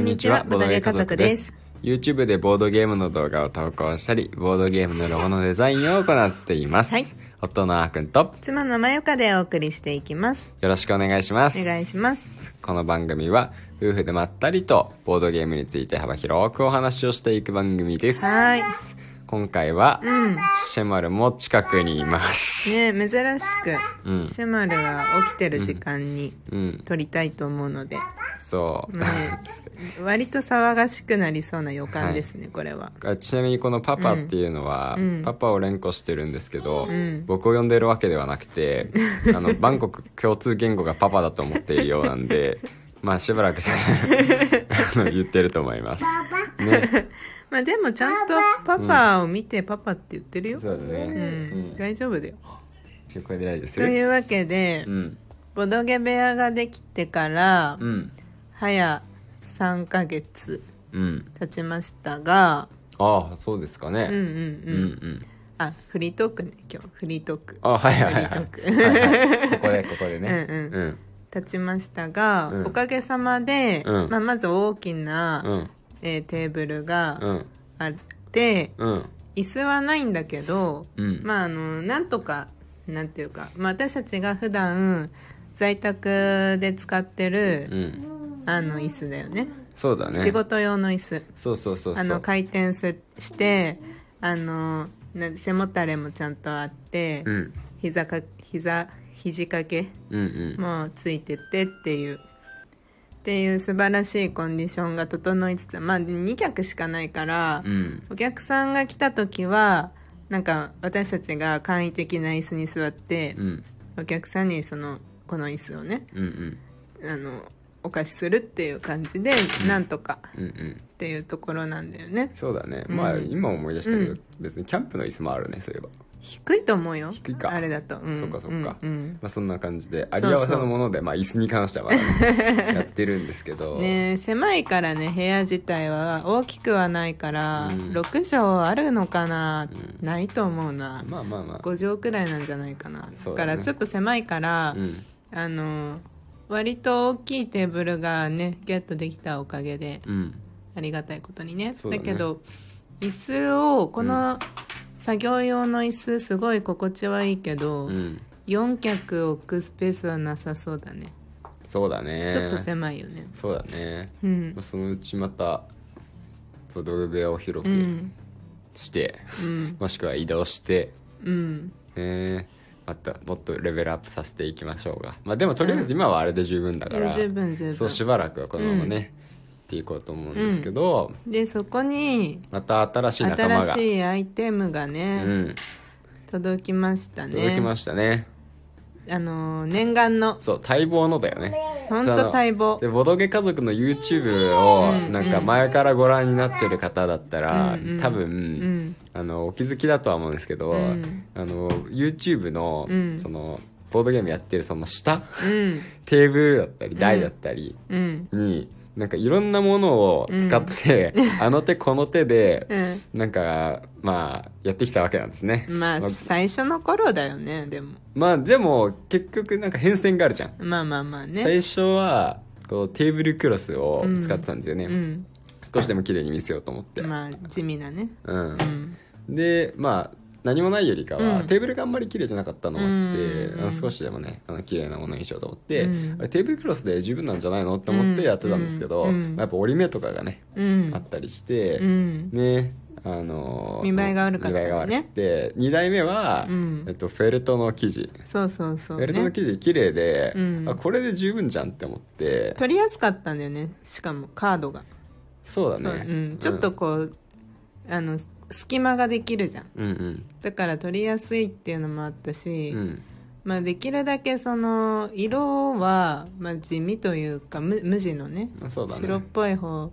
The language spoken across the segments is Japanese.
んにちはボードゲー家族です YouTube でボードゲームの動画を投稿したりボードゲームのロゴのデザインを行っています、はい夫のあーくんと妻のまゆかでお送りしていきますよろしくお願いしますお願いしますこの番組は夫婦でまったりとボードゲームについて幅広くお話をしていく番組ですはーい今回は、シェマルも近くにいますね珍しく、うんシェマルが起きてる時間にうん撮りたいと思うので、そう、ね割と騒がしくなりそうな予感ですね、これはあちなみにこの「パパ」っていうのは、うんパパを連呼してるんですけど、ん僕を呼んでるわけではなくてあのバンコク共通言語がパパだと思っているようなん でまあしばらくあの言ってると思いますねまあでもちゃんとパパを見てパパって言ってるよ、そうだね、うんうん大丈夫だよ聞こえてないですとよいうわけで、うんボドゲ部屋ができてから、うん早3ヶ月うん経ちましたがああそうですかねうんううんうんん、うんあフリートークね今日フリートークあはいはいはいフはリいートはいここでここでねうんうんうん経ちましたが、うんおかげさまで、うんまあ、まず大きな、うんえーテーブルうがんあって、うん椅子はないんだけど、うんまああのなんとかなんていうか、まあ、私たちが普段在宅で使ってうる、んあの椅子だよねそうだね仕事用の椅子そうそうそうそうあの回転すしてあのな背もたれもちゃんとあって、うん膝か膝肘掛けうんうんもついててっていうっていう素晴らしいコンディションが整いつつまあ2脚しかないから、うんお客さんが来た時はなんか私たちが簡易的な椅子に座ってう、んお客さんにそのこの椅子をねうんうんあのお貸しするっていう感じで、なんとかうんうんっていうところなんだよねそうだね、まあうん今思い出したけど、うん別にキャンプの椅子もあるねそういえば、低いと思うよ低いかあれだと、うんそっかそっか、うんまあ、そんな感じでそあうりそう合わせのものでまあ椅子に関してはまあやってるんですけうど、んねえ狭いからね部屋自体は大きくはないから、うん6畳あるのかな、ないと思うな、まあまあまあ5畳くらいなんじゃないかなだ,、そうかだねらちょっと狭いから、うんあの割と大きいテーブルがねゲットできたおかげでうんありがたいことにねそうだだねけど椅子をこの作業用の椅子すごい心地はいいけど、うん4脚置くスペースはなさそうだね、そうだねちょっと狭いよねそうだねうんそのうちまたボドル部屋を広うくんして、うんもしくは移動してうんねまたもっとレベルアップさせていきましょうがまあでもとりあえず今はあれで十分だから、十分十そうし分ばらくはこのままね、っていこうと思うんですけど、でそこにまた新しい仲間新がしいアイテムがね、うん、届きましたね届きましたねあの念願のそう待望のだよね本当待望でボドゲ家族の YouTube をうんなんか前からご覧になってる方だったら、うんうん多分、うんあのお気づきだとは思うんですけど、うんあの YouTube の、うんそのボードゲームやってるその下うんテーブルだったり台だったり、うんになんかいろんなものを使って、あの手この手で、うなんかまあやってきたわけなんですねんまあまあ最初の頃だよねでもまあでも結局なんか変遷があるじゃん、まあまあまあね最初はこうテーブルクロスを使ってたんですよね、うん少しでも綺麗に見せようと思って、まあ地味なねうんうんでまあ何もないよりかは、うんテーブルがあんまり綺麗じゃなかったのもあって、うんあの少しでもねあの綺麗なものにしようと思って、うんあれテーブルクロスで十分なんじゃないのって思ってやってたんですけど、うんうんまあやっぱ折り目とかがねうんあったりして、うんねあの見栄えが悪かった見栄りねえが悪くて2代目は、うんえっと、フェルトの生地、そうそうそフうェルトのね生地綺麗で、うんあこれで十分じゃんって思って取りやすかったんだよねしかもカードがそうだそうねうんちょっとこうあの隙間ができるじゃんうんうんだから取りやすいっていうのもあったしうんまあできるだけその色はまあ地味というか無無地のねまあそうだね白っぽい方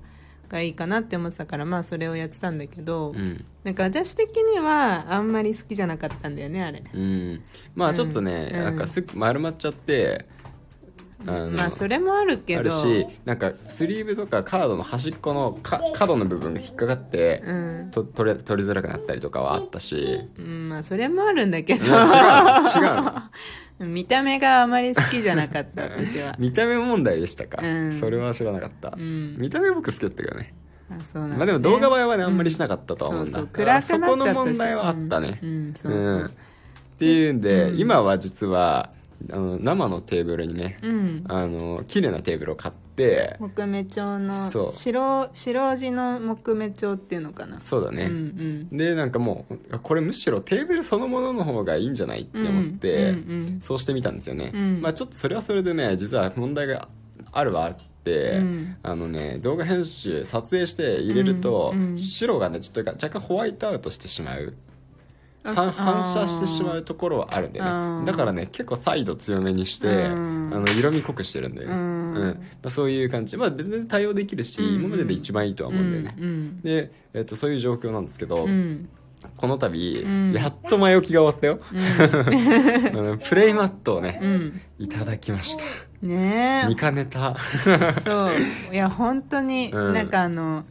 がいいかなって思ってたからまあそれをやってたんだけど、うん、なんか私的にはあんまり好きじゃなかったんだよねあれうん、まあちょっとね、うんなんかすぐ丸まっちゃってあのまあそれもあるけどあるしなんかスリーブとかカードの端っこのか角の部分が引っかかって、うん、と取れ 取りづらくなったりとかはあったしうん、まあそれもあるんだけいどや違うの違うの 見た目があまり好きじゃなかった 私は見た目問題でしたか、うんそれは知らなかった、うん見た目僕好きだったけどねあそうなんだねまあでも動画映えはねあんまりしなかったとは思うんだ、そうそう暗くなっちゃったしそこの問題はあったね、うんうんそうそうっていうんで、うん今は実はあの生のテーブルにね、うんあの綺麗なテーブルを買って木目調そのう白白地の木目調っていうのかなそうだね、うんでなんかもうこれむしろテーブルそのものの方がいいんじゃないってうん思って、うんうんそうしてみたんですよね、うんまあちょっとそれはそれでね実は問題があるはあって、うんあのね動画編集撮影して入れると、うんうん白がねちょっと若干ホワイトアウトしてしまうあ反あー反射してしまうところはあるんだあよーねだからね結構サイド強めにして、うんあの色味濃くしてるんだよね、うんまあ、そういう感じまあ別に対応できるし、うんうん今までで一番いいとは思うんだよね、うんで、えっとそういう状況なんですけど、うんうんこの度、んやっと前置きが終わったよ、 あのプレイマットをね、うんいただきましたねえ見かねたそういや本当に、うんなんかあの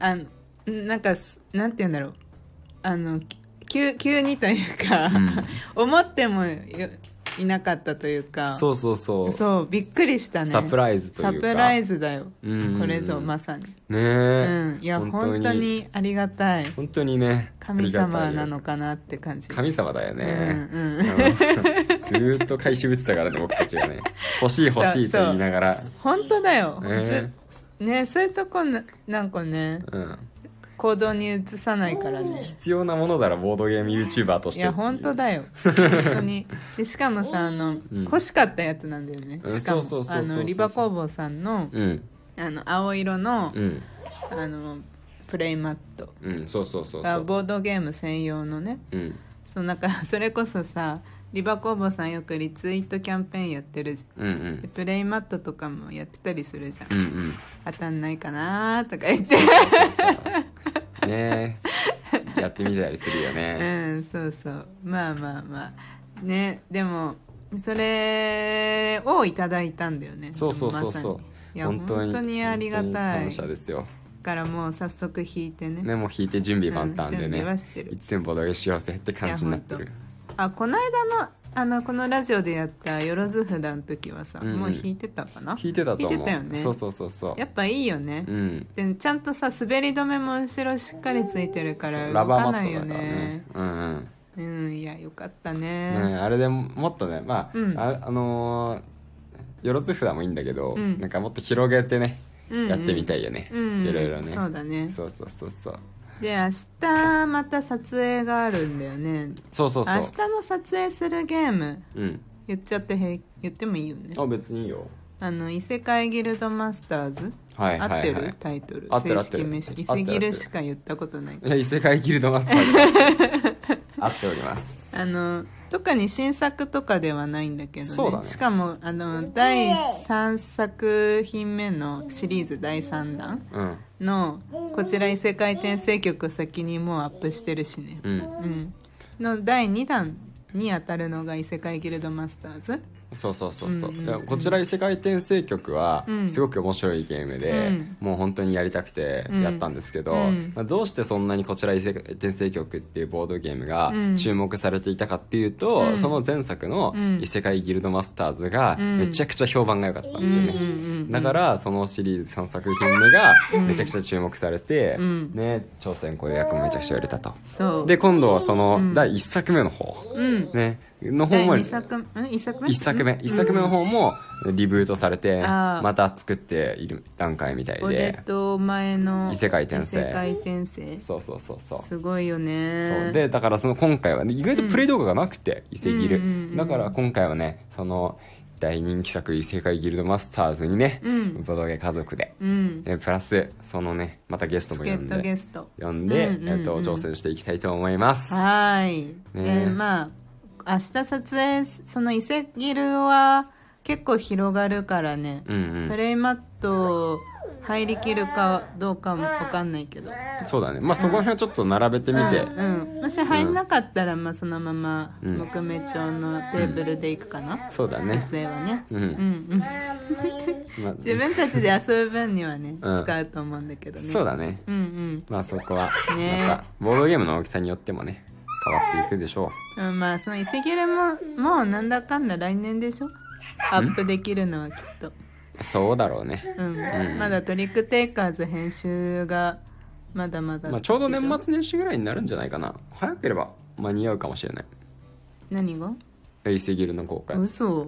あのなんかすなんて言うんだろうあのき急急にというか、思ってもよいなかったというかそうそうそうそうびっくりしたねサプライズというかサプライズだよ、うんこれぞまさにねうえ、んいや本当にありがたい本当にね神あ様りがたいよなのかなって感じ神様だよね、うんうんあのずーっと返し打ってたからね僕たちがね欲しい欲しいと言いながら本当だよ、ねずねそういうとこななんかねうん、行動に移さないからね必要なものだらボードゲーム YouTuber としいてや本当だよ本当にでしかもさあの、ん欲しかったやつなんだよねうんしかもそうそうそうそうあのリバ工房さんのうんあの青色の,、うんあのプレイマットうんそうそうそうそがうボードゲーム専用のねうんそうなんかそれこそさリバ工房さんよくリツイートキャンペーンやってるじゃうんうんでプレイマットとかもやってたりするじゃんうんうん当たんないかなーとか言ってねえやってみたりするよね うんそうそうまあまあまあねでもそれをいただいたんだよねそうそうそうそうまさにいや本当にありがたい本当に感謝ですよからもう早速弾いてねねもう引いて準備万端でうん準備ねはしてるいつでもボードゲームしようぜって感じになっているやあこの間のあのこのラジオでやった「よろず札」の時はさ、うんうんもう弾いてたかな引いてたと思う引いてたよねそうそうそうそうやっぱいいよね、うんでちゃんとさ滑り止めも後ろしっかりついてるかそらう動ラバーかマなッいトだかよらねねうんうんうんいやよかったねねあれでももっとねまあ、うんああのーよろず札もいいんだけど、うんなんかもっと広げてね、うんうんやってみたいよね、うんいろいろねそうだねそうそうそうそうで明日また撮影があるんだよねそうそうそう明日の撮影するゲームうん言っちゃってへい言ってもいいよねあ別にいいよあの異世界ギルドマスターズ、はいはいはい合ってるタイトル合ってる正式名称合って異る合ってる世ギルしか言ったことないいや異世界ギルドマスター で合っておりますあの特に新作とかではないんだけど、ねそうだねしかもあの第3作品目のシリーズ第3弾うんのこちら異世界転生曲先にもうアップしてるしねうんうん、の第2弾に当たるのが異世界ギルドマスターズそうそうそうそう,、うんういんやこちら異世界転生曲はうんすごく面白いゲームで、うんもう本当にやりたくてやったんですけど、うんうんまあ、どうしてそんなにこちら異世界転生曲っていうボードゲームがうん注目されていたかっていうと、うんその前作のうん異世界ギルドマスターズがうんめちゃくちゃ評判が良かったんですよね、うんうんうんうんだからそのシリーズ3作品目がめちゃくちゃ注目されて、うんね挑戦公約もめちゃくちゃ売れたと。そうで今度はそのん第1作目の方、うんねの方第も2作ん1作目一作目一作目の方もリブートされてあーまた作っている段階みたい俺でと前の異世界転生異世界転生そうそうそうそうすごいよねそうでだからその今回はね意外とプレイ動画がなくて異世ギうんうんうんうルんだから今回はねその大人気作「異世界ギルドマスターズ」にねうんボドゲ家族でうんでプラスそのねまたゲストも助呼っん人ゲでスト呼んでうんうんうんえっと挑戦していきたいと思いますはーいねでまあ明日撮影すその異世ギルは結構広がるからね、うんうプんレイマット入りきるかどうかも分かんないけどそうだねまあそこら辺をちょっと並べてみてうん、もし入んなかったら、まあ、そのまま木目調のテーブルで行くかな、そうだね撮影はね、うんうんまあ自分たちで遊ぶ分にはね、うん使うと思うんだけどねそうだねうんうんまあそこはねまたボードゲームの大きさによってもね変わっていくでしょうん、まあその伊勢切れももうなんだかんだ来年でしょアップできるのはきっと、うそうだろうねうん、まだトリックテイカーズ編集がまだまだまあ、ちょうどで年し末年始ぐらいになるんじゃないかな早ければ間に合うかもしれない何が伊勢ギルの公開嘘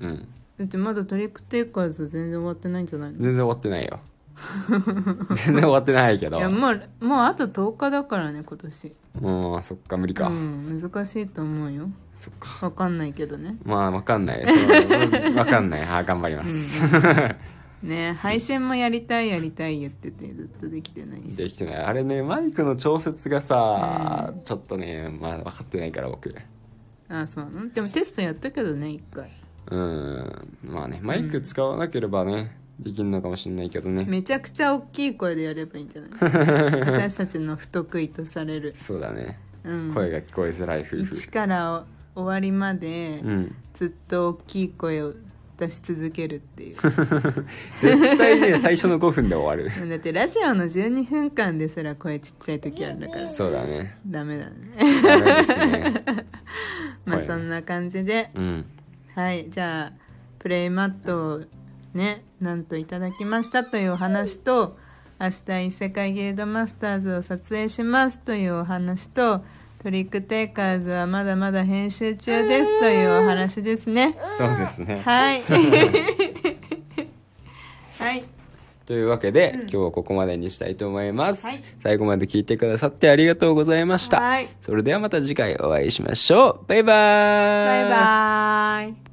うんだってまだトリックテイカーズ全然終わってないんじゃないの全然終わってないよ 全然終わってないけどいやもうもうあと10日だからね今年うんそっか無理か、うん難しいと思うよそっかわかんないけどねまあわかんないそうわかんない はあ頑張ります、ね配信もやりたいやりたい言っててずっとできてない しできてないあれねマイクの調節がさ、ちょっとねまあ分かってないから僕あそうなのでもテストやったけどね一回うんまあねマイク使わなければね、できんのかもしれないけどねめちゃくちゃ大きい声でやればいいん じゃない私たちの不得意とされる、そうだねうん、声が聞こえづらい夫婦1から終わりまでうん ずっと大きい声を出し続けるっていう絶対 ね最初の5分で終わるだってラジオの12分間ですら声ちっちゃい時あるんだからそうだねダメだね ダメですねまあ声ねそんな感じでうんはいじゃあプレイマットをねなんといただきましたというお話と明日異世界ゲードマスターズを撮影しますというお話とトリックテイカーズはまだまだ編集中ですというお話ですねそうですねはい はいというわけで、今日はここまでにしたいと思います、はい最後まで聞いてくださってありがとうございましたはいそれではまた次回お会いしましょうバイバーイバイバーイ